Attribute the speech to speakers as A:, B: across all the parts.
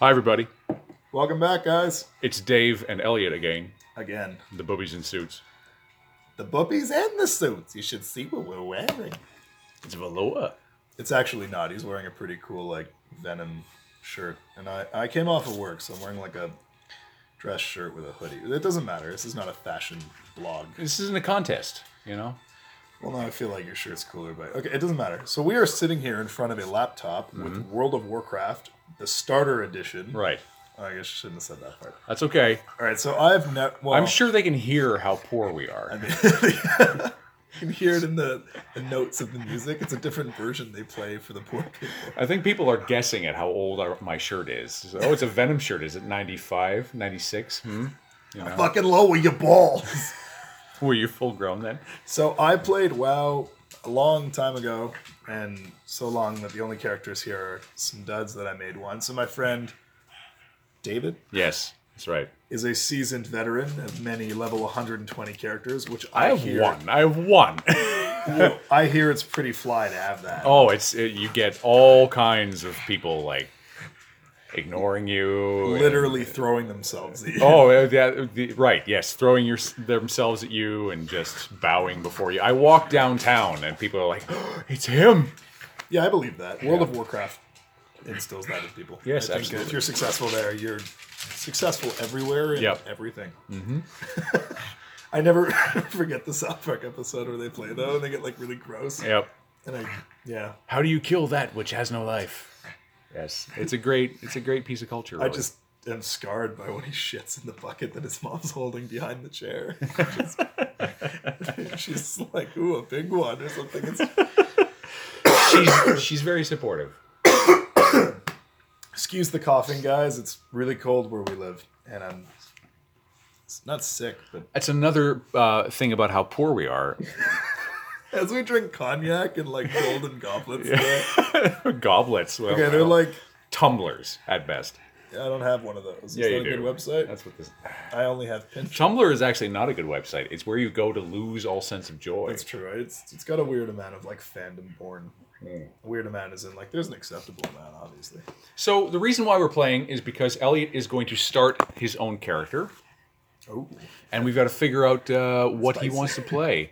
A: Hi, everybody.
B: Welcome back, guys.
A: It's Dave and Elliot again,
B: Again,
A: the boobies in suits.
B: the boobies and the suits. You should see what we're wearing.
A: It's Valoa.
B: It's actually not. He's wearing a pretty cool, like, Venom shirt. And I, I came off of work, so I'm wearing, like, a dress shirt with a hoodie. It doesn't matter. This is not a fashion blog.
A: This isn't a contest, you know?
B: Well, now I feel like your shirt's cooler, but okay, it doesn't matter. So we are sitting here in front of a laptop with World of Warcraft, the starter edition. Oh,
A: Right.
B: I guess I shouldn't have said that part.
A: That's okay.
B: All right, so I've never. Well,
A: I'm sure they can hear how poor we are.
B: you can hear it in the, the notes of the music. It's a different version they play for the poor people.
A: I think people are guessing at how old our, my shirt is. So, oh, it's a Venom shirt. Is it 95, 96? Hmm? You know?
B: Fucking low with your balls.
A: Were you full grown then?
B: so I played WoW a long time ago, and so long that the only characters here are some duds that I made once. And my friend David
A: Yes, that's right.
B: is a seasoned veteran of many level 120 characters, which
A: I
B: I,
A: have
B: hear.
A: one. I have one.
B: Whoa, I hear it's pretty fly to have that.
A: oh, it's it, you get all kinds of people like ignoring you. and-
B: Literally throwing themselves at you.
A: Oh, uh, yeah, the, right. Yes, throwing your, themselves at you and just bowing before you. I walk downtown and people are like, "It's him!"
B: Yeah, I believe that. World of Warcraft instills that in people.
A: Yes,
B: I think
A: absolutely.
B: If you're successful there, you're successful everywhere in
A: Yep.
B: everything. Mm-hmm. I never forget the South Park episode where they play though, and they get like really gross.
A: Yep.
B: And I, yeah,
A: How do you kill that which has no life? Yes, it's a great, it's a great piece of culture.
B: I
A: really.
B: just am scarred by when he shits in the bucket that his mom's holding behind the chair. She's like, "Ooh, a big one" or something. It's
A: she's, she's very supportive.
B: excuse the coughing, guys. It's really cold where we live, and I'm not sick, but
A: That's another uh, thing about how poor we are.
B: As we drink cognac and like golden goblets. Yeah.
A: Goblets. Well,
B: Okay, they're
A: well,
B: like
A: tumblers at best.
B: I don't have one of those. Is
A: Yeah,
B: that
A: you
B: a
A: do.
B: good website?
A: That's what this.
B: I only have Pinterest.
A: Tumblr is actually not a good website. It's where you go to lose all sense of joy.
B: That's true. Right? Hmm. It's it's got a weird amount of like fandom porn. A weird amount is in like there's an acceptable amount, obviously.
A: So the reason why we're playing is because Elliot is going to start his own character,
B: Oh,
A: and we've got to figure out uh, what he
B: Spicy.
A: wants to play.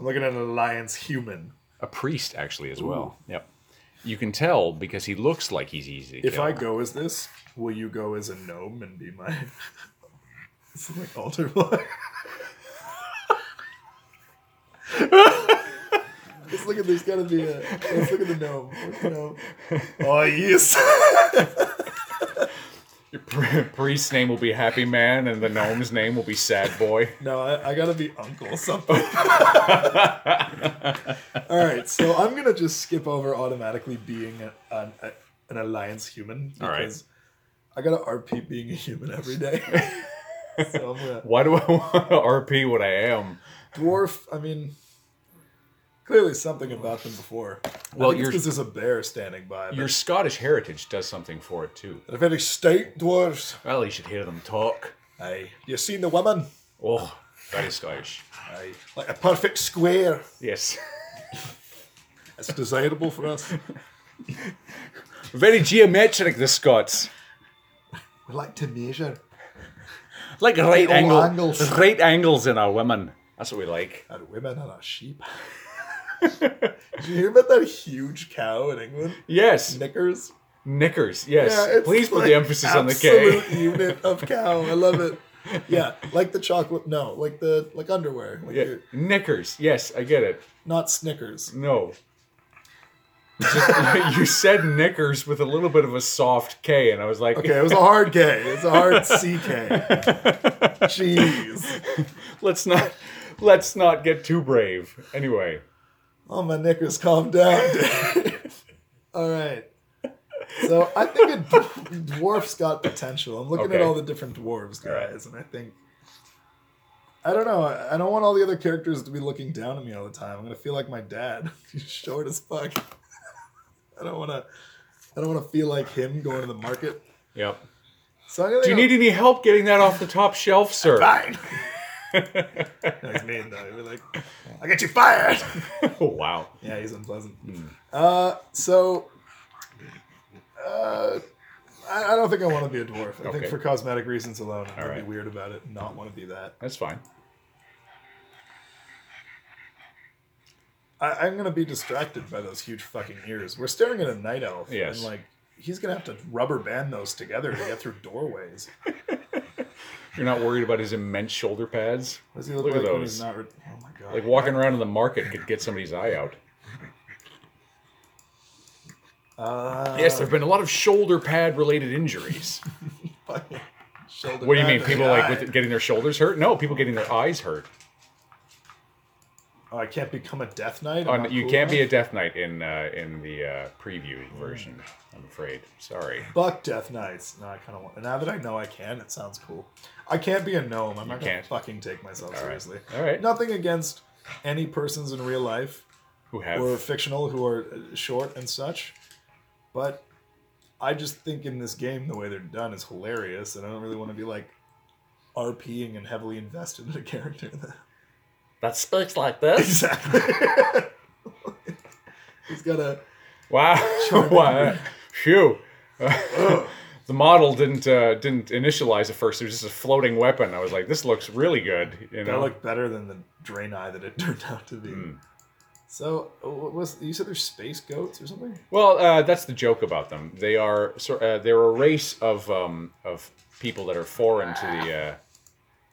B: I'm looking at an alliance human.
A: A priest, actually, as well. Yep. You can tell because he looks like he's easy. To
B: If
A: kill.
B: I go as this, will you go as a gnome and be my? This is like altar boy. Let's look at there's gotta be a. Let's look at the gnome. Where's the gnome? Oh yes.
A: your priest's name will be Happy Man, and the gnome's name will be Sad Boy.
B: no, I, I gotta be uncle something. All right, so I'm gonna just skip over automatically being a, an, a, an alliance human
A: All right.
B: because I gotta RP being a human every day. so I'm gonna
A: Why do I want to RP what I am?
B: dwarf. I mean, clearly something about them before.
A: Well,
B: Well,
A: you're-
B: because there's a bear standing by.
A: Your
B: But
A: Scottish heritage does something for it too.
B: if any state dwarves,
A: Well, you should hear them talk.
B: aye, you seen the woman,
A: Oh, that is Scottish.
B: aye, like a perfect square.
A: Yes.
B: It's desirable for us.
A: Very geometric, the Scots.
B: We like to measure.
A: like right
B: all
A: angle,
B: angles.
A: right angles in our women. That's what we like.
B: And women are a sheep. Did you hear about that huge cow in England?
A: Yes,
B: Knickers.
A: knickers. Yes, please put
B: like
A: the emphasis on the K.
B: absolute unit of cow. I love it. Yeah, like the chocolate. No, like the like underwear. Like
A: Yeah.
B: your-
A: Knickers. Yes, I get it.
B: not Snickers.
A: No. Just, you said knickers with a little bit of a soft K, and I was like,
B: Okay, it was a hard K. It's a hard CK. Jeez.
A: let's not, let's not get too brave. Anyway,
B: Oh, my knickers, calm down. dude. All right. So I think a d- dwarf's got potential. I'm looking
A: Okay.
B: at all the different dwarves,
A: All right.
B: guys, and I think I don't know. I I don't want all the other characters to be looking down at me all the time. I'm gonna feel like my dad. He's short as fuck. I don't wanna. I don't wanna feel like him going to the market.
A: yep.
B: So I'm gonna
A: Do you need any help getting that off the top shelf, sir?
B: fine? He's mean though. He'd be like, "I get you fired."
A: oh, wow.
B: Yeah, he's
A: Hmm.
B: unpleasant. Uh, so, uh, I, I don't don't think I want to be a dwarf. I
A: Okay.
B: think for cosmetic reasons alone, I'd be
A: right.
B: weird about it. and Not want to be that.
A: That's fine.
B: I, I'm gonna be distracted by those huge fucking ears. We're staring at a night elf,
A: Yes.
B: and like he's gonna have to rubber band those together to get through doorways.
A: You're not worried about his immense shoulder pads?
B: What does he look,
A: Look at
B: like when
A: those.
B: he's not? Re- oh my god!
A: Like walking around in the market could get somebody's eye out.
B: uh,
A: Yes, there have been a lot of shoulder pad related injuries.
B: fucking shoulder
A: What do you
B: pad
A: mean?
B: to
A: People
B: the
A: like
B: eye.
A: with getting their shoulders hurt? No, people getting their eyes hurt.
B: Oh, I can't become a death knight. I'm
A: On,
B: not
A: Oh, you
B: cool
A: can't be a
B: enough?
A: Death Knight in uh, in the uh, preview version. I'm afraid. Sorry,
B: Fuck death knights. No, I kind of want. Now that I know I can, it sounds cool. I can't be a gnome. I'm not gonna
A: can't.
B: fucking take myself
A: All right.
B: seriously.
A: All right.
B: Nothing against any persons in real life
A: who have
B: or fictional who are uh, short and such, but I just think in this game the way they're done is hilarious, and I don't really want to be like RPing and heavily invested in a character. That...
A: that speaks like this?
B: Exactly. He's got a.
A: Wow,
B: Sure.
A: wow, phew. the model didn't uh, didn't initialize at first. It was just a floating weapon. I was like, this looks really good. You
B: That
A: know,
B: looked better than the drain eye that it turned out to be.
A: Mm.
B: So, uh, what was you said there's space goats or something?
A: Well, uh, that's the joke about them. They are so, uh, they're a race of um, of people that are foreign to the uh,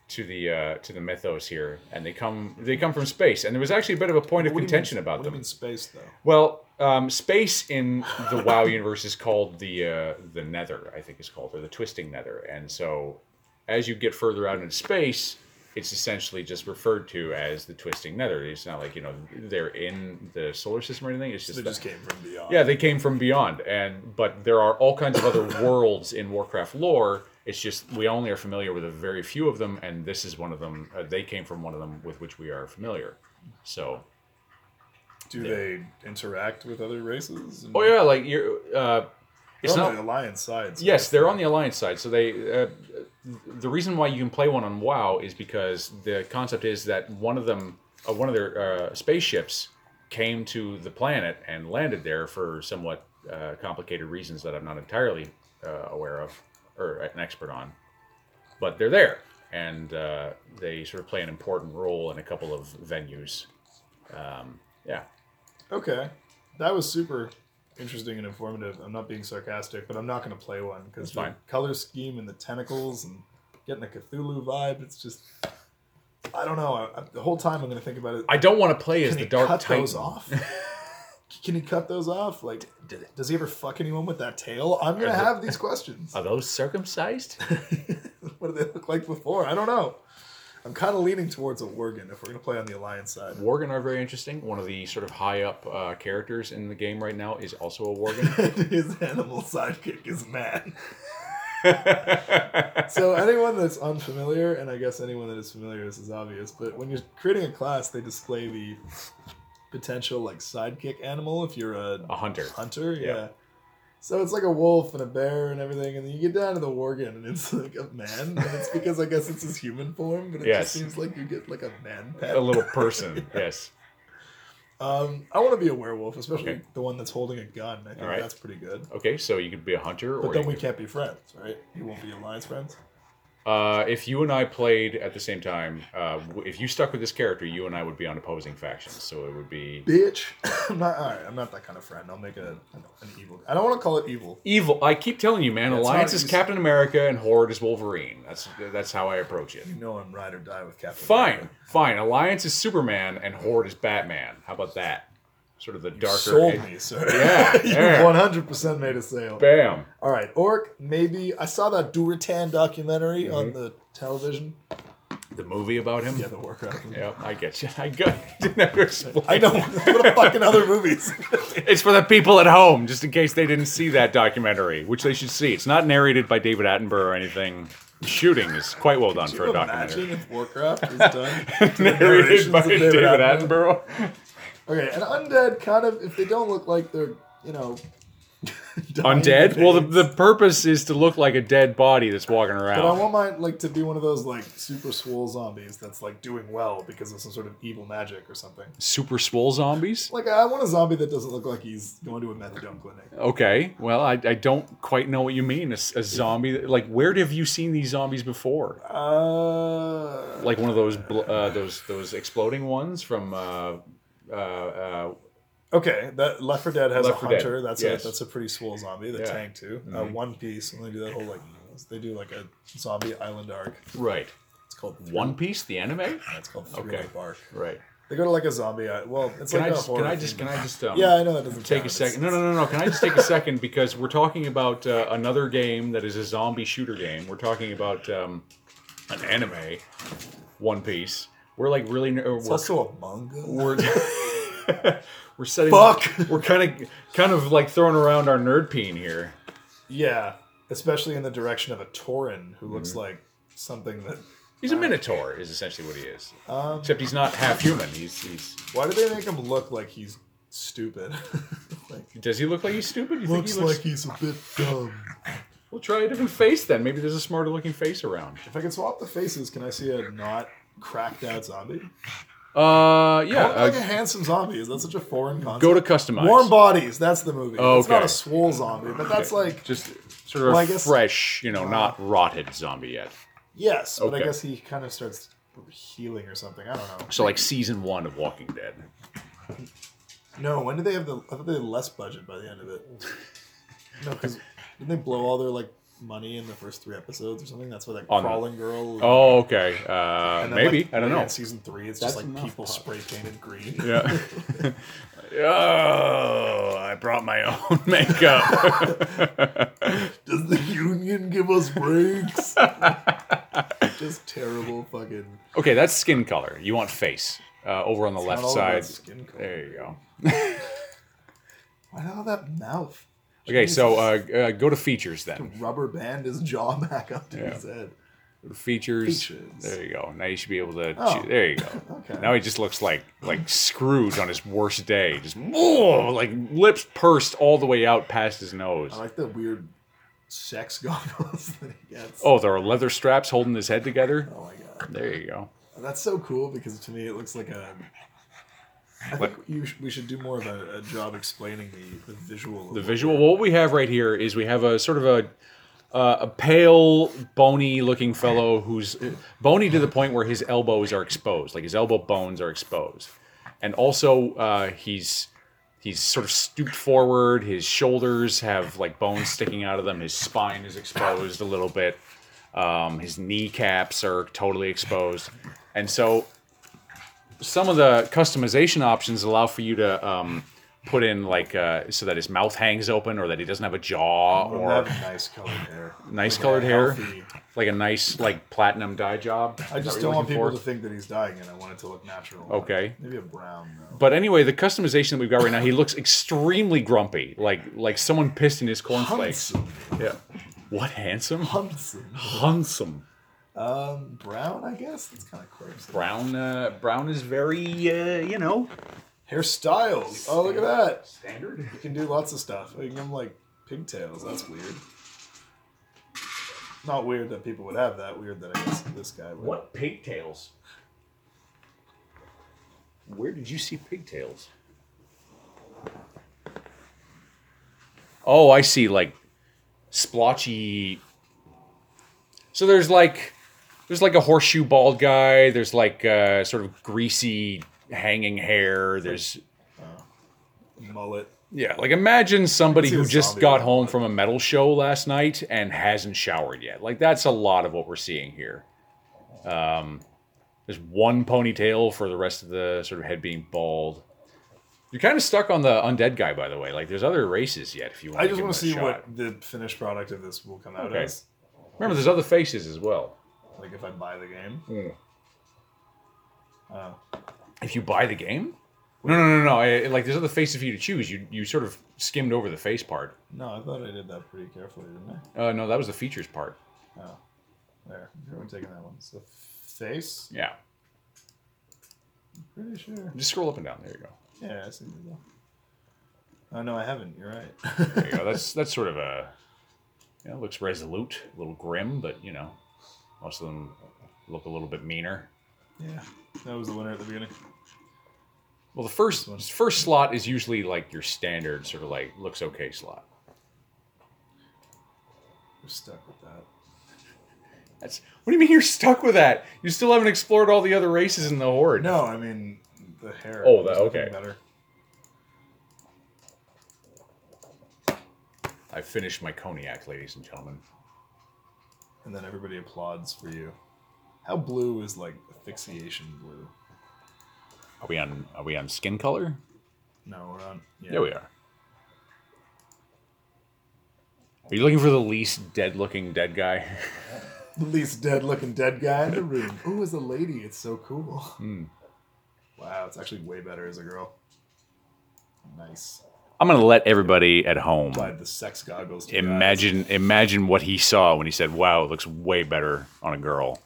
A: to the uh, to the mythos here, and they come they come from space. And there was actually a bit of a point of
B: What do you
A: contention
B: mean-
A: about
B: what
A: them.
B: do you mean space though?
A: Well, um, space in the WoW universe is called the uh, the Nether, I think it's called, or the Twisting Nether. And so, as you get further out in space, it's essentially just referred to as the Twisting Nether. It's not like you know they're in the solar system or anything. It's just
B: They
A: that-
B: just came from beyond.
A: yeah, they came from beyond, and but there are all kinds of other worlds in Warcraft lore. It's just we only are familiar with a very few of them, and this is one of them. Uh, they came from one of them with which we are familiar. So
B: Do they interact with other races?
A: Oh yeah, like you're. Uh, it's
B: They're on
A: not.
B: the alliance side. so
A: yes,
B: it's
A: they're
B: like-
A: on the alliance side. So they. Uh, the reason why you can play one on WoW is because the concept is that one of them, uh, one of their uh, spaceships, came to the planet and landed there for somewhat uh, complicated reasons that I'm not entirely uh, aware of or an expert on, but they're there. And uh, they sort of play an important role in a couple of venues. Um, yeah.
B: Okay, that was super interesting and informative. I'm not being sarcastic, but I'm not going to play one because
A: That's
B: the
A: fine.
B: color scheme and the tentacles and getting a Cthulhu vibe. It's just, I don't know. I, I- the whole time I'm going to think about it.
A: I don't want to play as
B: Can
A: the
B: he
A: Dark
B: cut
A: Titan.
B: those off? Can he cut those off? Like, does he ever fuck anyone with that tail? I'm going to
A: Is it-
B: have these questions.
A: Are those circumcised?
B: what did they look like before? I don't know. I'm kind of leaning towards a worgen if we're going to play on the alliance side.
A: Worgen are very interesting. One of the sort of high up uh, characters in the game right now is also a Worgen.
B: His animal sidekick is man. so anyone that's unfamiliar, and I guess anyone that is familiar, this is obvious. But when you're creating a class, they display the potential like sidekick animal if you're a
A: a hunter.
B: hunter. Yeah.
A: Yeah.
B: So it's like a wolf and a bear and everything, and then you get down to the worgen, and it's like a man. And it's because I guess it's his human form, but it
A: Yes.
B: just seems like you get like a man pet.
A: A little person, yes.
B: Um, I want to be a werewolf, especially
A: Okay.
B: the one that's holding a gun. I think
A: Alright.
B: that's pretty good.
A: Okay, so you could be a hunter,
B: But
A: or
B: then
A: you
B: we
A: could-
B: can't be friends, right? You won't be alliance friends.
A: uh, if you and I played at the same time, uh, w- if you stuck with this character, you and I would be on opposing factions. So it would be
B: Bitch, I'm not. All right, I'm not that kind of friend. I'll make a an evil. I don't want to call it evil.
A: evil. I keep telling you, man.
B: Yeah, it's not
A: Alliance is
B: easy.
A: Captain America, and Horde is Wolverine. That's that's how I approach it.
B: You know, I'm ride or die with Captain.
A: Fine,
B: America.
A: fine. Alliance is Superman, and Horde is Batman. How about that? Sort of the darker.
B: sold me, sir.
A: Yeah, yeah.
B: you 100 percent made a sale.
A: Bam.
B: All right, orc. Maybe I saw that Duratan documentary on the television.
A: Mm-hmm. The movie about him.
B: Yeah, the Warcraft. movie.
A: Yep, I get you. I got didn't have to explain.
B: I know. what a fucking other movies.
A: It's for the people at home, just in case they didn't see that documentary, which they should see. It's not narrated by David Attenborough or anything. The shooting is quite well done
B: Can
A: for
B: you
A: a
B: imagine
A: documentary.
B: if Warcraft was done? to the narrations
A: narrated by
B: of
A: David, Attenborough.
B: Okay, and undead kind of if they don't look like they're you know Dying
A: Undead? Well, the,
B: things.
A: the purpose is to look like a dead body that's walking
B: But I
A: around.
B: want mine like to be one of those like super swole zombies that's like doing well because of some sort of evil magic or something.
A: Super swole zombies?
B: Like I want a zombie that doesn't look like he's going to a methadone clinic.
A: Okay. Well, I, I don't quite know what you mean. A, s- a zombie. that- Like, where have you seen these zombies before?
B: Uh,
A: Like one of those bl- uh, those those exploding ones from. Uh, uh, uh,
B: okay, that Left 4 Dead has
A: Left
B: a
A: 4 Dead,
B: hunter. That's
A: yes.
B: a that's a pretty swole zombie. The
A: Yeah.
B: tank too. Uh,
A: Mhm.
B: One Piece when they do that whole like they do like a zombie island arc.
A: right.
B: It's called Thrill-
A: One Piece, the anime?
B: Yeah, It's called Thrill
A: Okay.
B: Bark.
A: Right.
B: They go to like a zombie. i- Well, it's
A: Can
B: like
A: I
B: a
A: just,
B: horror.
A: can I just
B: theme.
A: can I just um,
B: yeah, I know that doesn't
A: take a
B: count.
A: second. No,
B: It's-
A: no, no, no. Can I just take a second because we're talking about uh, another game that is a zombie shooter game. We're talking about um, an anime, One Piece. We're like really ner-
B: It's
A: we're,
B: also a manga.
A: we're we're setting
B: Fuck.
A: We're kind of kind of like throwing around our nerd peen here.
B: Yeah, especially in the direction of a Tauren who looks
A: Mm-hmm.
B: like something that.
A: He's a minotaur, is essentially what he is.
B: Um,
A: Except he's not half human. He's he's.
B: why do they make him look like he's stupid? like,
A: Does he look like he's stupid? You
B: looks like he's a bit dumb.
A: We'll try a different face then. Maybe there's a smarter looking face around.
B: If I can swap the faces, can I see a not cracked out zombie?
A: Uh, yeah.
B: I want, like
A: uh,
B: a handsome zombie. Is that such a foreign concept?
A: go to customize.
B: Warm Bodies. That's the movie. It's not
A: Okay.
B: a swole zombie, but that's like
A: just sort of
B: Well,
A: a
B: I guess- Uh,
A: fresh, you know, not rotted zombie yet.
B: yes. But I
A: Okay.
B: guess he kind of starts healing or something. I don't know.
A: So like season one of Walking Dead.
B: No, when did they have the? I thought they had less budget by the end of it. No, because didn't they blow all their like money in the first three episodes or something? That's why that
A: On the-
B: crawling girl.
A: Oh, okay. Uh,
B: and then,
A: maybe
B: like,
A: I don't
B: later
A: know.
B: In season three, it's
C: That's
B: just like
C: enough,
B: people
C: Pop.
B: spray painted green.
A: Yeah. oh, I brought my own makeup.
B: Does the union give us breaks? just terrible fucking.
A: okay, that's skin color. You want face uh, over on the
B: Not
A: left
B: all
A: side.
B: about Skin color.
A: There you go.
B: Why all that mouth?
A: Okay, so
B: Jesus.
A: uh, uh, go to features then.
B: rubber band his jaw back up to
A: Yeah.
B: his head.
A: Features.
B: Features.
A: There you go. Now you should be able to.
B: Oh.
A: There you go.
B: Okay.
A: Now he just looks like like Scrooge on his worst day, just whoa, like lips pursed all the way out past his nose.
B: I like the weird sex goggles that he gets.
A: Oh, there are leather straps holding his head together.
B: Oh my god,
A: There you go.
B: that's so cool because to me it looks like a. I think you sh- we should do more of a, a job explaining the, the visual.
A: The
B: of-
A: visual. What we have right here is we have a sort of a uh, a pale, bony-looking fellow who's bony to the point where his elbows are exposed, like his elbow bones are exposed, and also uh, he's he's sort of stooped forward. His shoulders have like bones sticking out of them. His spine is exposed a little bit. Um, his kneecaps are totally exposed, and so some of the customization options allow for you to um, put in like uh, so that his mouth hangs open, or that he doesn't have a jaw,
B: I
A: or
B: have nice colored hair.
A: Nice
B: Like a
A: colored hair.
B: healthy-
A: like a nice like platinum dye job.
B: I
A: Is that
B: just
A: what
B: don't
A: you're
B: want people
A: looking
B: to
A: for?
B: think that he's dying, and I want it to look natural.
A: Okay.
B: Maybe a brown though.
A: But anyway, the customization that we've got right now, he looks extremely grumpy, like like someone pissed in his cornflakes.
B: Handsome.
A: Yeah. What handsome?
B: Handsome.
A: Handsome.
B: Um, brown, I guess. That's kind of close.
A: Brown. Uh, brown is very uh, you know
B: Hairstyles. Oh, look at that.
A: standard.
B: You can do lots of stuff. You can give them like pigtails. That's weird. Not weird that people would have that. Weird that I guess this guy would.
A: What pigtails? Where did you see pigtails? Oh, I see like splotchy. So there's like there's like a horseshoe bald guy, there's like uh sort of greasy hanging hair, there's
B: mullet?
A: yeah, like imagine somebody
B: I can see
A: who
B: the
A: just
B: zombie
A: got
B: one.
A: home from a metal show last night and hasn't showered yet. Like that's a lot of what we're seeing here. Um, there's one ponytail for the rest of the sort of head being bald. You're kind of stuck on the undead guy, by the way. Like there's other races yet if you want.
B: I just
A: want to
B: see
A: give him a shot.
B: what the finished product of this will come out
A: Okay.
B: as.
A: Remember, there's other faces as well.
B: Like if I buy the game. Oh.
A: If you buy the game. No, no, no, no. I, like there's other faces for you to choose. You you sort of skimmed over the face part.
B: No, I thought I did that pretty carefully, didn't
A: Uh, no, that was the features part.
B: I? Oh. There. We're taking that one. So face?
A: Yeah.
B: Pretty sure.
A: Just scroll up and down. There you go.
B: Yeah, I see that. Oh no, I haven't. You're right.
A: There you go. That's that's sort of a you know, it looks resolute, a little grim, but you know, most of them look a little bit meaner.
B: yeah, that was the winner at the beginning.
A: Well, the first first slot is usually like your standard sort of like looks okay slot.
B: We're stuck with that.
A: That's what do you mean you're stuck with that? You still haven't explored all the other races in the horde.
B: No, I mean the hair.
A: Oh, that-
B: was looking
A: okay.
B: Better.
A: I finished my cognac, ladies and gentlemen.
B: And then everybody applauds for you. How blue is like asphyxiation blue?
A: Are we on? Are we on skin color?
B: No, we're on. Yeah,
A: There we are. Are you looking for the least dead-looking dead guy?
B: The least dead looking dead guy in the room. Ooh, is a lady. It's so cool.
A: Hmm.
B: Wow, it's actually way better as a girl. Nice.
A: I'm gonna let everybody at home
B: Applied the sex goggles. To guys.
A: imagine imagine what he saw when he said, "Wow, it looks way better on a girl."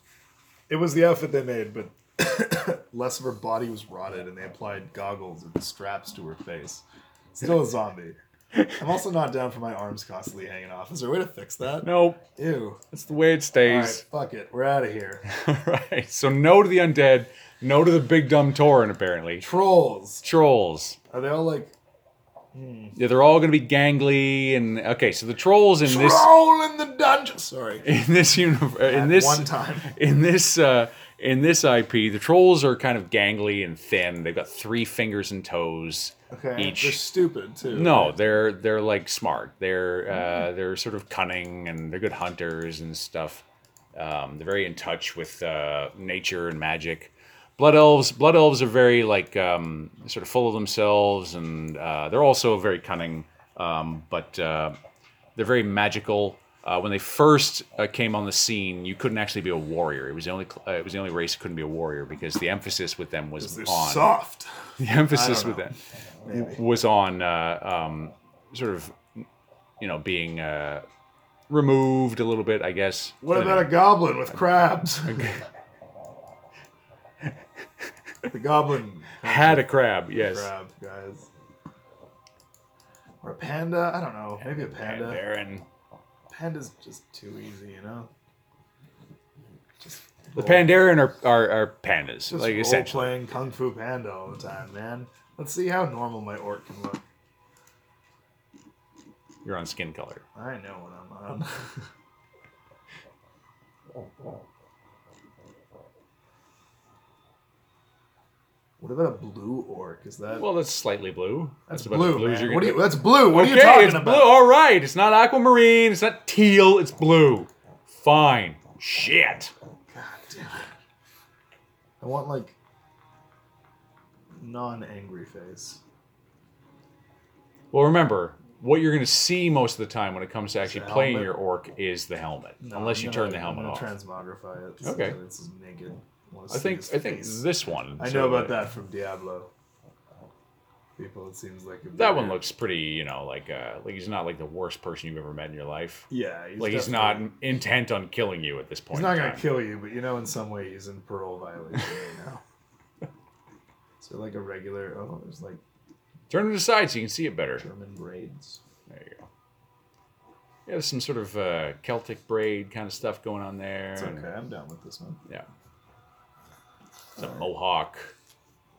B: It was the outfit they made, but less of her body was rotted, and they applied goggles and straps to her face. Still a zombie. I'm also not down for my arms constantly hanging off. Is there a way to fix that?
A: Nope,
B: Ew.
A: that's the way it
B: All right,
A: stays.
B: fuck it. We're out of here.
A: All right. So no to the undead, no to the big dumb Torin apparently.
B: Trolls.
A: Trolls.
B: Are they all like
A: Yeah, they're all gonna be gangly and okay. So the trolls in this
B: troll in the dungeon? Sorry.
A: in this universe in
B: At
A: this
B: one time.
A: in this uh, in this IP, the trolls are kind of gangly and thin. They've got three fingers and toes
B: Okay.
A: each.
B: They're stupid too.
A: No, they're they're like smart. They're uh, they're sort of cunning and they're good hunters and stuff. Um, they're very in touch with uh, nature and magic. Blood elves, blood elves are very like um, sort of full of themselves, and uh, they're also very cunning, um, but uh, they're very magical. Uh, when they first uh, came on the scene, you couldn't actually be a warrior. It was the only cl- uh, it was the only race that couldn't be a warrior because the emphasis with them was
B: They're
A: on
B: soft.
A: the emphasis with
B: know.
A: that was on uh, um, sort of you know being uh, removed a little bit, I guess.
B: What about a goblin with crabs? the goblin
A: had a crab? Yes.
B: crab guys, or a panda? I don't know. Maybe a
A: And
B: panda.
A: there and
B: Panda's just too easy, you know. Just
A: the Pandaren are, are, are pandas,
B: just
A: like
B: role
A: essentially.
B: playing Kung Fu Panda all the time, man. Let's see how normal my orc can look.
A: You're on skin color.
B: I know what I'm on. what about a blue orc? Is that
A: Well, that's slightly blue.
B: that's,
A: about as
B: blue?
A: as
B: man.
A: you're
B: What are
A: gonna
B: you, that's blue. What
A: okay,
B: are you talking
A: it's
B: about?
A: blue. All right, it's not aquamarine. It's not teal. It's blue. Fine. Shit.
B: God damn it. I want like non-angry face.
A: Well, remember what you're going to see most of the time when it comes to actually
B: the
A: playing
B: helmet.
A: your orc is the helmet,
B: No,
A: unless
B: I'm
A: you
B: gonna-
A: turn the helmet
B: I'm
A: off.
B: gonna Transmogrify it.
A: Okay.
B: This is naked. wanna
A: I
B: see
A: think
B: his
A: I think
B: face.
A: this one.
B: I know
A: sort of
B: about
A: the-
B: that from Diablo. People, it seems like it'd be
A: That one
B: weird.
A: looks pretty, you know, like uh, like he's not like the worst person you've ever met in your life.
B: Yeah,
A: like he's not
B: definitely-
A: intent on killing you at this point.
B: He's not
A: in
B: gonna
A: time.
B: kill you, but you know, in some way, he's in parole violation right now. So like a regular. Oh, there's like
A: Turn it aside so you can see it better.
B: German braids.
A: There you go. Yeah, there's some sort of uh, Celtic braid kind of stuff going on there.
B: It's
A: and-
B: okay. I'm down with this one.
A: Yeah. It's a mohawk,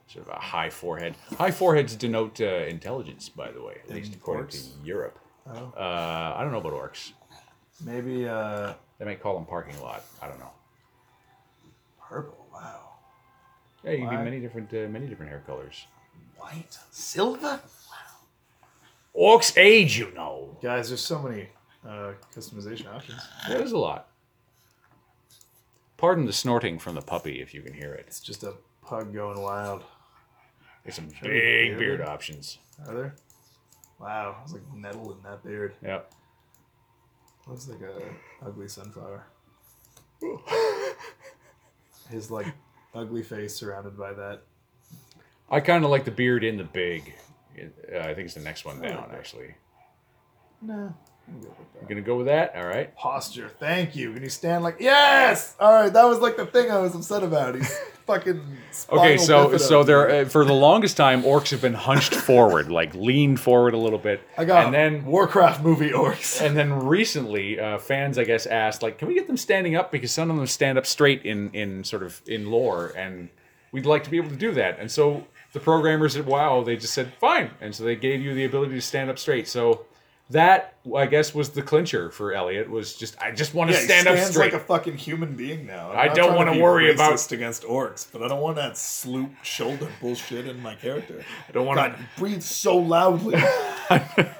A: sort of a high forehead. High foreheads denote uh, intelligence, by the way, at
B: In
A: least according to
B: orcs?
A: Europe.
B: Oh,
A: Uh, I don't know about orcs.
B: maybe uh,
A: They may call them parking lot. I don't know.
B: purple. Wow.
A: Yeah, you can
B: Why?
A: do many different uh, many different hair colors.
B: White, silver.
A: Orcs age, you know.
B: Guys, there's so many uh, customization options.
A: That is a lot. Pardon the snorting from the puppy if you can hear it.
B: It's just a pug going wild.
A: There's some
B: we
A: big
B: beard
A: beard
B: it?
A: options.
B: Are there? Wow, it's like metal in that beard.
A: Yep.
B: Looks like a ugly sunflower. His like ugly face surrounded by that.
A: I kind of like the beard in the big. Uh, I think it's the next one
B: I like
A: down,
B: that.
A: actually.
B: No, I'm good with
A: I'm
B: that.
A: gonna go with that. All right.
B: Posture. Thank you. Can you stand like yes? All right, that was like the thing I was upset about. He's fucking.
A: Okay,
B: spinal
A: so
B: bifida.
A: so there uh, for the longest time, orcs have been hunched forward, like leaned forward a little bit.
B: I got
A: and then
B: Warcraft movie orcs.
A: and then recently, uh, fans I guess asked like, can we get them standing up because some of them stand up straight in in sort of in lore, and we'd like to be able to do that. And so the programmers at WoW they just said fine, and so they gave you the ability to stand up straight. So that I guess was the clincher for Elliot was just I just want to
B: Yeah, he
A: stand up
B: stands
A: straight.
B: like a fucking human being now. I'm
A: I
B: not
A: don't
B: trying
A: wanna
B: be
A: worry about-
B: racist against orcs, but I don't want that sloop shoulder bullshit in my character.
A: I don't want
B: God,
A: to.
B: you breathe so loudly.
A: I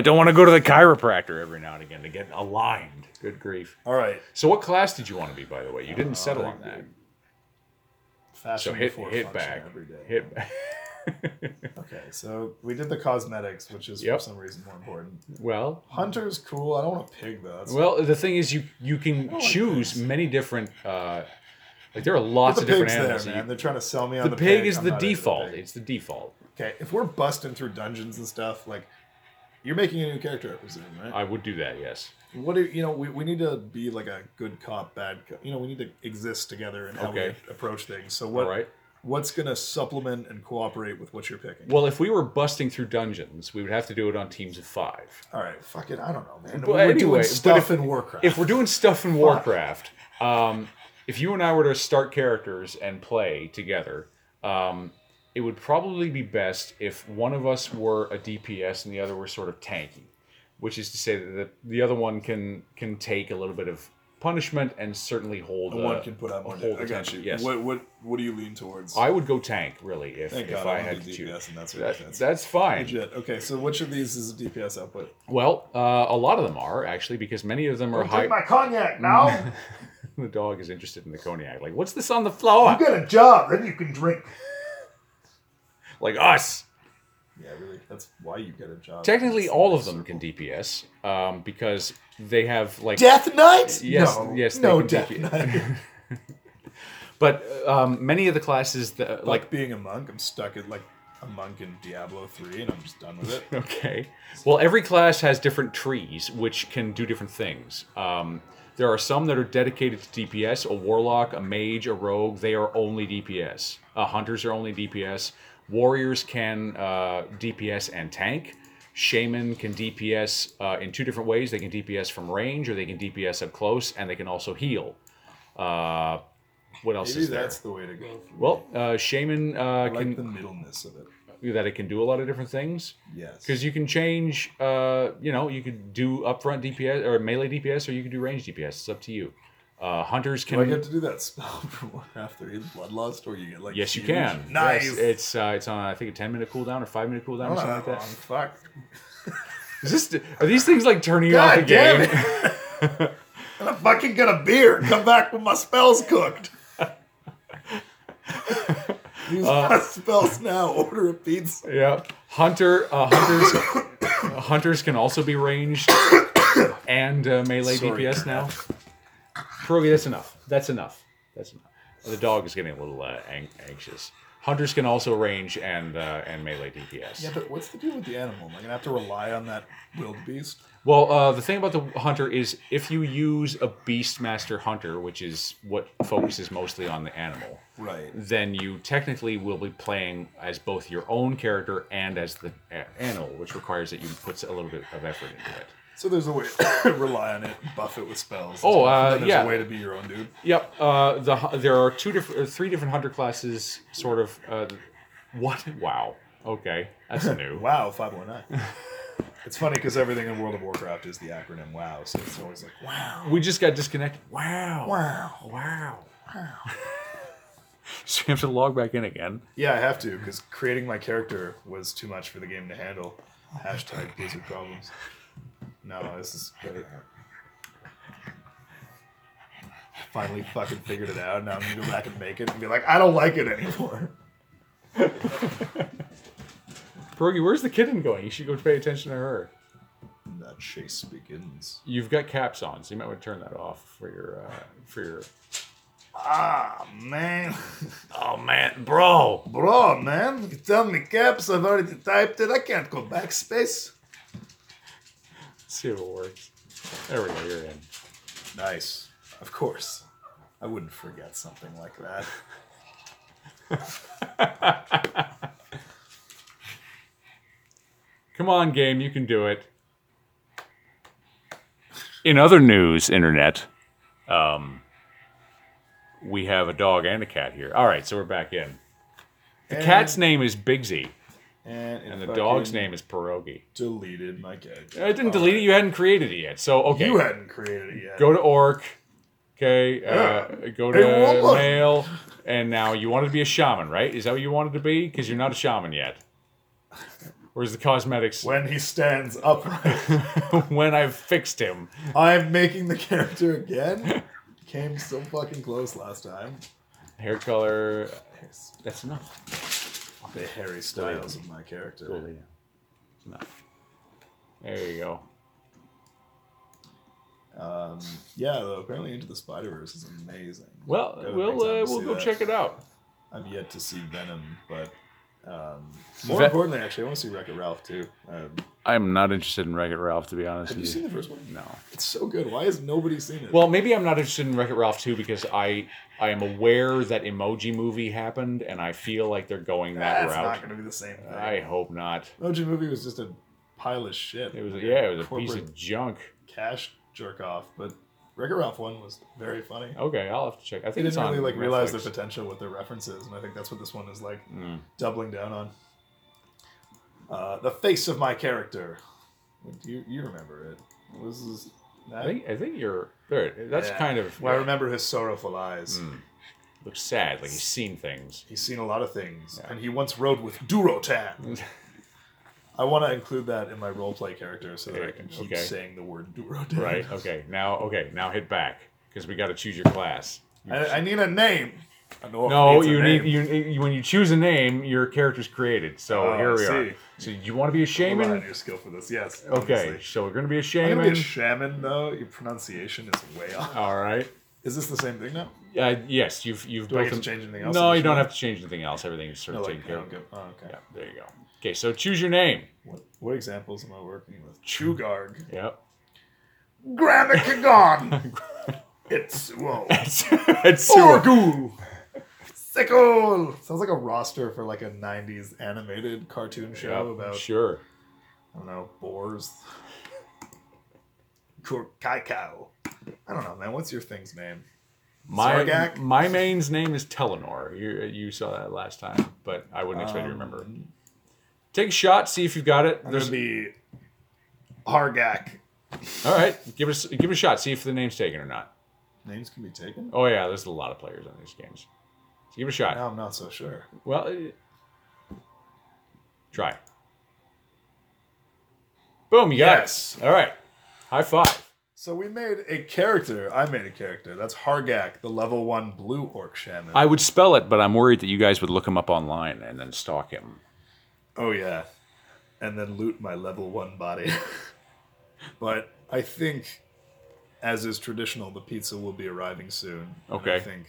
A: don't want to go to the chiropractor every now and again to get aligned. Good grief.
B: All right,
A: So what class did you want to be, by the way? You didn't
B: Uh,
A: settle on that.
B: fashion
A: So hit
B: before
A: hit
B: function
A: back.
B: every day.
A: Hit back.
B: Okay, so we did the cosmetics, which is
A: Yep.
B: for some reason more important.
A: Well,
B: Hunter's cool. I don't want a pig though. That's
A: well, the thing is, you you can choose many different. Uh, like there are lots
B: the
A: of different
B: pig's there,
A: animals. that
B: man.
A: you-
B: They're trying to sell me on
A: The,
B: the,
A: pig, is
B: I'm
A: the
B: not into
A: default.
B: pig.
A: it's the default.
B: Okay, if we're busting through dungeons and stuff, like you're making a new character, I presume, right?
A: I would do that. Yes.
B: What do you know? We, we need to be like a good cop, bad cop. You know, we need to exist together and how
A: Okay.
B: we approach things. So
A: All
B: what
A: right.
B: what's gonna supplement and cooperate with what you're picking?
A: Well, if we were busting through dungeons, we would have to do it on teams of five.
B: All right, fuck it. I don't know, man.
A: But
B: we were
A: anyway,
B: doing
A: but
B: stuff
A: if-
B: in Warcraft.
A: if we're doing stuff in Warcraft, um, if you and I were to start characters and play together, um, it would probably be best if one of us were a DPS and the other were sort of tanky, which is to say that the, the other one can can take a little bit of punishment and certainly hold.
B: The
A: uh,
B: one can put out more
A: hold
B: damage. I got
A: attention,
B: you.
A: yes.
B: What what what do you lean towards?
A: I would go tank really if,
B: Thank
A: if I
B: God wanna
A: had to
B: do
A: choose.
B: DPS, and that's what
A: That,
B: that's,
A: that's fine.
B: legit. Okay, so which of these is a DPS output?
A: Well, uh, a lot of them are actually because many of them are high.
B: cognac now.
A: the dog is interested in the cognac. Like, what's this on the floor?
B: got a job, then you can drink.
A: Like us.
B: Yeah, really. That's why you get a job.
A: Technically, all of them can DPS um, because they have like.
B: Death Knight?
A: Yes,
B: no,
A: yes, they
B: no
A: can
B: Death
A: take it.
B: Knight.
A: But um, many of the classes that
B: like
A: like
B: being a monk, I'm stuck at like a monk in Diablo three, and I'm just done with it.
A: okay, well, every class has different trees which can do different things. Um, there are some that are dedicated to DPS: a warlock, a mage, a rogue. They are only DPS. Uh, hunters are only DPS. Warriors can uh, DPS and tank. Shaman can DPS uh, in two different ways. They can DPS from range, or they can DPS up close, and they can also heal. Uh, what else
B: Maybe
A: is there?
B: that's the way to go. for me.
A: Well, uh, Shaman uh,
B: I like
A: can
B: the middleness of it.
A: that it can do a lot of different things
B: Yes.
A: because you can change. Uh, you know, you could do upfront DPS or melee DPS, or you could do range DPS. It's up to you. Uh, hunters
B: do I
A: can.
B: get to do that spell for Warcraft three, Bloodlust, or you get like
A: yes, you
B: huge-
A: can.
B: Nice.
A: Yes, it's uh, it's on I think a ten minute cooldown or five minute cooldown
B: I'm
A: or
B: not
A: something
B: that
A: like that.
B: long. Fuck.
A: Is this are these things like turning you off the
B: God damn
A: game?
B: And I'm fucking gonna beer. and Come back when my spell's cooked. Use
A: Uh,
B: my spells now. Order a pizza.
A: yeah, hunter uh, hunters hunters can also be ranged and uh, melee
B: Sorry,
A: DPS now. Pierogi, that's enough. That's enough. That's enough. The dog is getting a little uh, ang- anxious. Hunters can also range and uh, and melee DPS.
B: Yeah, but what's the deal with the animal? Am I gonna have to rely on that wildebeest?
A: Well, uh, the thing about the hunter is if you use a beastmaster hunter, which is what focuses mostly on the animal,
B: Right.
A: then you technically will be playing as both your own character and as the a- animal, which requires that you put a little bit of effort into it.
B: So there's a way to rely on it, buff it with spells. and
A: Oh,
B: stuff, and
A: uh,
B: then there's
A: yeah.
B: a way to be your own dude.
A: Yep. Uh, the hu- there are two different, uh, three different hunter classes. Sort of. Uh, what? Wow. Okay, that's new.
B: Wow, five one nine. It's funny because everything in World of Warcraft is the acronym WoW, so it's always like wow,
A: We just got disconnected. Wow.
B: wow.
A: Wow. so you have to log back in again.
B: Yeah, I have to because creating my character was too much for the game to handle. Hashtag Blizzard problems. No, this is great. Finally, fucking figured it out. Now I'm gonna go back and make it and be like, I don't like it anymore.
A: Pierogi, where's the kitten going? You should go pay attention to her.
B: The chase begins.
A: You've got caps on, so you might want to turn that off for your uh, for your.
B: Ah man,
A: Oh man, bro.
B: bro, man, you tell me caps. I've already typed it. I can't go backspace.
A: see if it works. There we go. You're in.
B: Nice. Of course. I wouldn't forget something like that.
A: Come on, game, you can do it. In other news, internet, um, we have a dog and a cat here. All right, so we're back in. The
B: And-
A: cat's name is Bigsy,
B: and, it
A: and the
B: fucking
A: dog's name is Pierogi.
B: Deleted my character.
A: I didn't delete it. You hadn't created it yet. So okay,
B: You hadn't created it yet.
A: go to Orc. Okay, uh, go to
B: Hey, woman.
A: mail, and now you wanted to be a shaman, right? Is that what you wanted to be? Because you're not a shaman yet. Where's the cosmetics?
B: when he stands upright.
A: when I've fixed him.
B: I'm making the character again. Came so fucking close last time.
A: Hair color. That's enough.
B: The Harry Styles of my character.
A: Enough. There you go.
B: Um, yeah, though, apparently Into the Spider Verse is amazing.
A: Well,
B: Gotta
A: we'll
B: make time
A: uh,
B: to
A: we'll
B: see
A: go
B: that.
A: check it out.
B: I've yet to see Venom, but um, more
A: Ve-
B: importantly, actually, I want to see Wreck It Ralph too. Um,
A: I'm not interested in Wreck-It Ralph to be honest
B: have you seen the first one?
A: No.
B: It's so good. Why has nobody seen it?
A: Well, maybe I'm not interested in Wreck-It Ralph too because I I am aware that Emoji Movie happened and I feel like they're going that
B: that's not
A: route.
B: going to be the same thing.
A: I hope not.
B: Mojo movie was just a pile of shit.
A: It was yeah, it was a piece
B: Corporate
A: of junk.
B: cash jerk off, but Wreck It Ralph one was very funny.
A: Okay, I'll have to check. Oh, I
B: They
A: think it's
B: didn't
A: on
B: really like realize the
A: Netflix.
B: potential with their references, and I think that's what this one is like
A: Mm.
B: doubling down on. Uh, the face of my character. You you remember it? Was his,
A: I think I think you're there. That's
B: Yeah.
A: kind of
B: Well, I remember his sorrowful eyes.
A: Mm. looks sad. Like he's seen things.
B: He's seen a lot of things,
A: Yeah.
B: and he once rode with Durotan. I want to include that in my roleplay character so that I can keep
A: Okay.
B: saying the word Durotan.
A: Right. Okay. Now. Okay. Now hit back because we got to choose your class.
B: I, I need a name. I know
A: No,
B: it needs a
A: you
B: name.
A: need you, you when you choose a name, your character's created. So
B: Oh,
A: here
B: I
A: we are.
B: see.
A: So you want to be a
B: Hold on,
A: shaman?
B: your skill for this. Yes.
A: Okay.
B: obviously.
A: So we're gonna be a
B: I'm
A: shaman.
B: gonna be a shaman though. Your pronunciation is way off.
A: All right.
B: Is this the same thing now?
A: Uh, yes, you've you've
B: Do I
A: built
B: get to
A: an-
B: change anything else?
A: No, you don't have to change anything else. Everything's sort
B: No,
A: of
B: like,
A: taken care of.
B: okay. Oh, okay.
A: Yeah, there you go. Okay, so choose your name.
B: What, what examples am I working with? Chugarg.
A: Yep.
B: Gramikagon. it's whoa.
A: it's
B: Oh, Orgu. Sickle. Sounds like a roster for like a '90s animated cartoon show about
A: Sure.
B: I don't know boars. Kurkaikau. I don't know, man. What's your thing's name?
A: My
B: Sargak?
A: my main's name is Telenor. You you saw that last time, but I wouldn't expect you to remember.
B: Um,
A: Take a shot, see if you've got it.
B: I'm
A: There's
B: gonna be Hargak.
A: all right. Give us give it a shot. See if the name's taken or not.
B: Names can be taken.
A: Oh yeah, there's a lot of players on these games. So give it a shot.
B: Now I'm not so sure.
A: Well, eh, try. Boom! You got
B: Yes.
A: it. All right. High five.
B: So we made a character. I made a character. That's Hargak, the level one blue orc shaman.
A: I would spell it, but I'm worried that you guys would look him up online and then stalk him.
B: oh yeah, and then loot my level one body. but I think, as is traditional, the pizza will be arriving soon. And
A: Okay.
B: I think.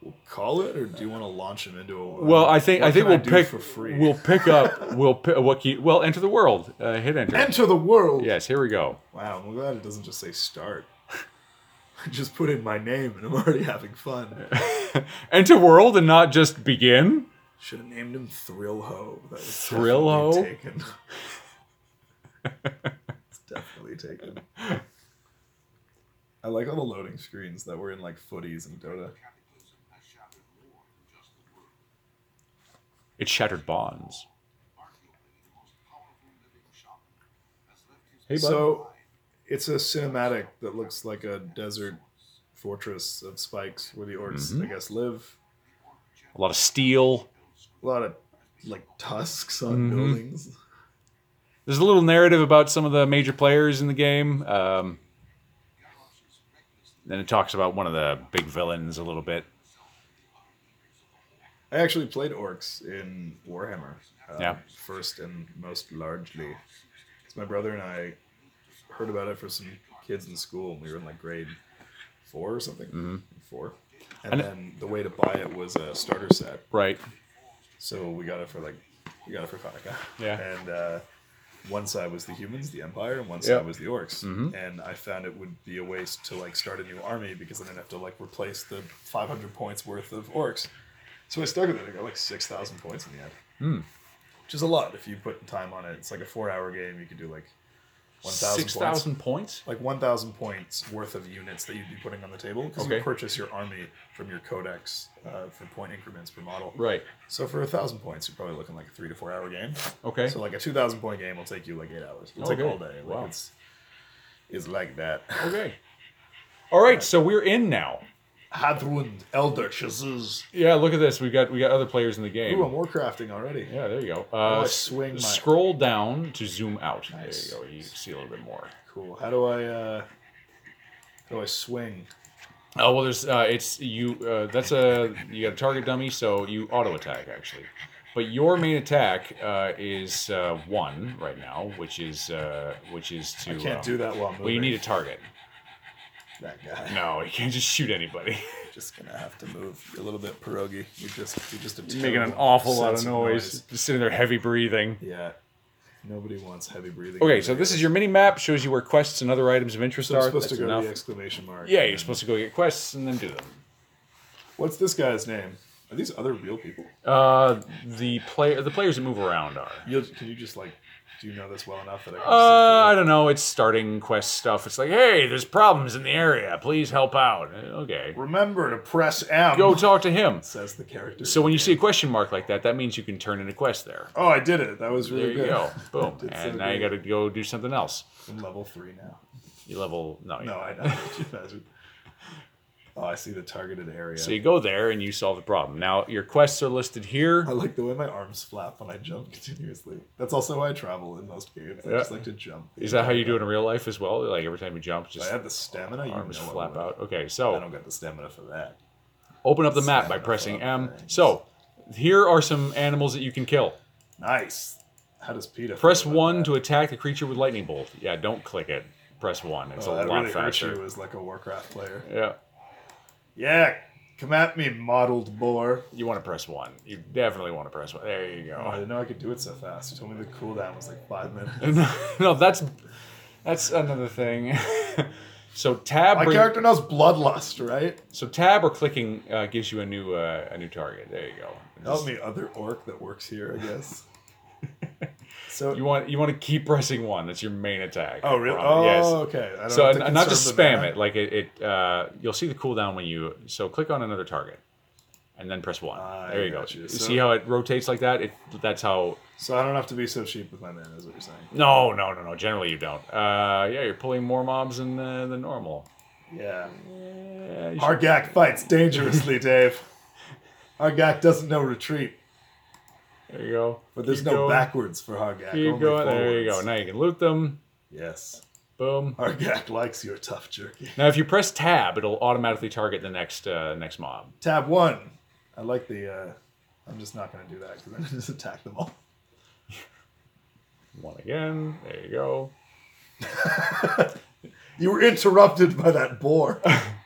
B: We'll call it, or do you want to launch him into a?
A: Well, I think
B: What
A: I think
B: can
A: we'll
B: do
A: pick
B: for free.
A: we'll pick up we'll pick, what key well enter the world uh, hit enter.
B: enter the world.
A: yes, here we go.
B: Wow, I'm glad it doesn't just say start. I just put in my name and I'm already having fun.
A: enter world and not just begin.
B: Should have named him Thrill Ho. That was
A: Thrill Ho?
B: definitely Taken. it's definitely taken. I like all the loading screens that were in like footies and Dota.
C: capitalism has shattered more than just the world.
A: It shattered bonds.
C: Arguably, the most powerful living shaman has left his
A: Hey, bud.
B: So it's a cinematic that looks like a desert fortress of spikes where the orcs,
A: Mm-hmm.
B: I guess, live.
A: a lot of steel.
B: A lot of like tusks on
A: Mhm.
B: buildings.
A: There's a little narrative about some of the major players in the game. Um, then it talks about one of the big villains a little bit.
B: I actually played orcs in Warhammer. uh,
A: Yeah.
B: First and most largely. So my brother and I heard about it for some kids in school, and we were in like grade four or something. Four. And,
A: And-
B: then the way to buy it was a starter set.
A: Right.
B: So we got it for like, we got it for Hanukkah.
A: Yeah.
B: And uh, one side was the humans, the Empire, and one
A: Yeah.
B: side was the orcs.
A: Mhm.
B: And I found it would be a waste to like start a new army because then I'd have to like replace the 500 points worth of orcs. So I stuck with it. I got like 6,000 points in the end,
A: Hmm.
B: which is a lot if you put time on it. It's like a four-hour game. You could do like 1,000
A: Six
B: points
A: thousand points.
B: like 1,000 points worth of units that you'd be putting on the table because
A: Okay.
B: you purchase your army from your codex uh, for point increments per model.
A: Right.
B: So for a thousand points, you're probably looking like a three to four hour game.
A: Okay.
B: So like a 2,000 point game will take you like eight hours. It'll take
A: Okay.
B: all day. Like
A: Wow.
B: It's, it's like that.
A: okay. All right. So we're in now.
B: Hadrund Elder Shazuz.
A: Yeah. Look at this. We got we got other players in the game.
B: Ooh, I'm warcrafting already.
A: yeah. There you go. Uh,
B: Oh, I
A: s-
B: swing my-
A: Scroll down to zoom out.
B: Nice.
A: There you go. You can see a little bit more.
B: Cool. How do I uh, how do I swing?
A: Oh well, there's uh, it's you. Uh, that's a you got a target dummy, so you auto attack actually. But your main attack uh, is uh, one right now, which is uh, which is to.
B: I can't
A: um,
B: do that while moving.
A: Well, you need a target.
B: that guy.
A: No, you can't just shoot anybody.
B: Just gonna have to move a little bit pierogi. You're just you're just a
A: Making an
B: terrible
A: awful lot
B: sense
A: of noise. Just sitting there, heavy breathing.
B: Yeah. Nobody wants heavy breathing.
A: Okay, so this is your mini map. Shows you where quests and other items of interest
B: So
A: are.
B: I'm supposed to
A: That's
B: go
A: enough.
B: to the exclamation mark.
A: yeah,
B: and
A: you're
B: then-
A: supposed to go get quests and then do them.
B: What's this guy's name? Are these other real people?
A: Uh, the player, the players that move around are.
B: You'll, can you just like, do you know this well enough that I can? just
A: Uh, I
B: look
A: don't know. It's starting quest stuff. It's like, hey, there's problems in the area. Please help out. Uh, Okay.
B: through it? Remember to press M.
A: Go talk to him.
B: says the character.
A: So when you see a question mark like that, that means you can turn in a quest there.
B: oh, I did it. That was
A: There
B: really
A: you
B: good.
A: go. Boom.
B: Did so
A: And now you
B: good.
A: got to go do something else.
B: I'm level three now.
A: You level no.
B: No, I know. oh, I see the targeted area.
A: So you go there and you solve the problem. Now your quests are listed here.
B: I like the way my arms flap when I jump continuously. That's also why I travel in most games. I
A: Yeah.
B: just like to jump.
A: Is that how you do it in real life as well? Like every time you jump,
B: If
A: just
B: I had the stamina. You
A: arms
B: know I
A: flap
B: would.
A: out. Okay,
B: I
A: so
B: don't got the stamina for that.
A: open up the map by
B: Stamina
A: pressing
B: for
A: M.
B: things.
A: So here are some animals that you can kill.
B: Nice. How does Peter?
A: Press one to attack the creature with lightning bolt. Yeah, don't click it. Press one. It's
B: Oh,
A: a
B: that
A: lot
B: really hurts
A: faster.
B: you as like a Warcraft player.
A: Yeah,
B: Yeah, come at me, mottled boar.
A: you want to press one. You definitely want to press one. There you
B: Oh, I
A: go.
B: didn't know I could do it so fast. You told me the cooldown was like five minutes.
A: no, that's that's another thing. so tab.
B: My
A: bring-
B: character knows bloodlust, right?
A: so tab or clicking uh, gives you a new uh, a new target. There you go.
B: Help me, other orc that works here, I guess. so
A: You want you want to keep pressing one. That's your main attack. I
B: oh really?
A: promise.
B: Oh
A: yes.
B: okay. I don't
A: So
B: have to
A: and, and not
B: conserve
A: just
B: the
A: spam
B: mana.
A: it. Like it, it uh, you'll see the cooldown when you so click on another target, and then press one.
B: I
A: there you go.
B: got you.
A: You
B: So-
A: see how it rotates like that? It that's how.
B: So I don't have to be so cheap with my mana, is what you're saying.
A: No, no, no, no. Generally, you don't. Uh, yeah, you're pulling more mobs than uh, than normal.
B: Yeah.
A: Yeah, you should-
B: Argak fights dangerously, Dave. Argak doesn't know retreat,
A: there you go.
B: but there's
A: Keep
B: no
A: going.
B: backwards for Argak.
A: Keep
B: only
A: going. There you go.
B: forwards.
A: Now you can loot them.
B: Yes.
A: Boom.
B: Argak likes your tough jerky.
A: Now, if you press tab, it'll automatically target the next uh, next mob.
B: Tab one. I like the. Uh, I'm just not going to do that because I'm going to just attack them all.
A: One again. There you go.
B: You were interrupted by that boar.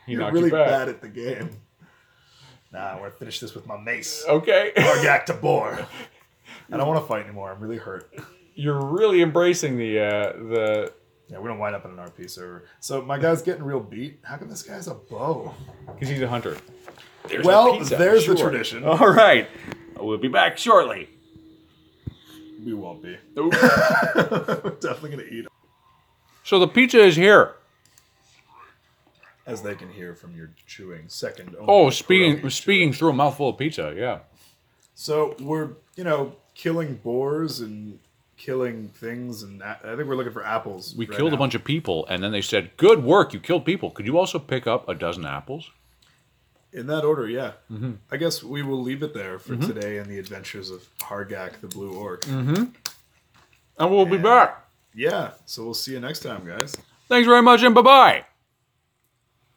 A: He
B: You're
A: knocked
B: really
A: you back.
B: bad at the game. Nah, I want to finish this with my mace.
A: Okay.
B: Argak to boar. I don't want to fight anymore. I'm really hurt.
A: You're really embracing the uh, the.
B: Yeah, we're going to wind up in an RP server. So my guy's getting real beat. How come this guy's a bow?
A: Because he's a hunter. There's
B: well,
A: the pizza,
B: there's the
A: sure.
B: tradition.
A: All right. We'll be back shortly.
B: We won't be.
A: Nope.
B: we're definitely going to eat.
A: so the pizza is here.
B: As they can hear from your chewing, second. only
A: Oh,
B: to
A: speaking
B: pierogi
A: speaking through a mouthful of pizza. Yeah.
B: So we're you know killing boars and killing things, and a- I think we're looking for apples.
A: We
B: right
A: killed a
B: now.
A: bunch of people, and then they said, "Good work, you killed people. Could you also pick up a dozen apples?"
B: in that order. Yeah,
A: Mm-hmm.
B: I guess we will leave it there for today and the adventures of Hargak the Blue Orc.
A: Mm. And we'll be
B: Yeah.
A: back.
B: Yeah, so we'll see you next time, guys.
A: Thanks very much, and bye bye.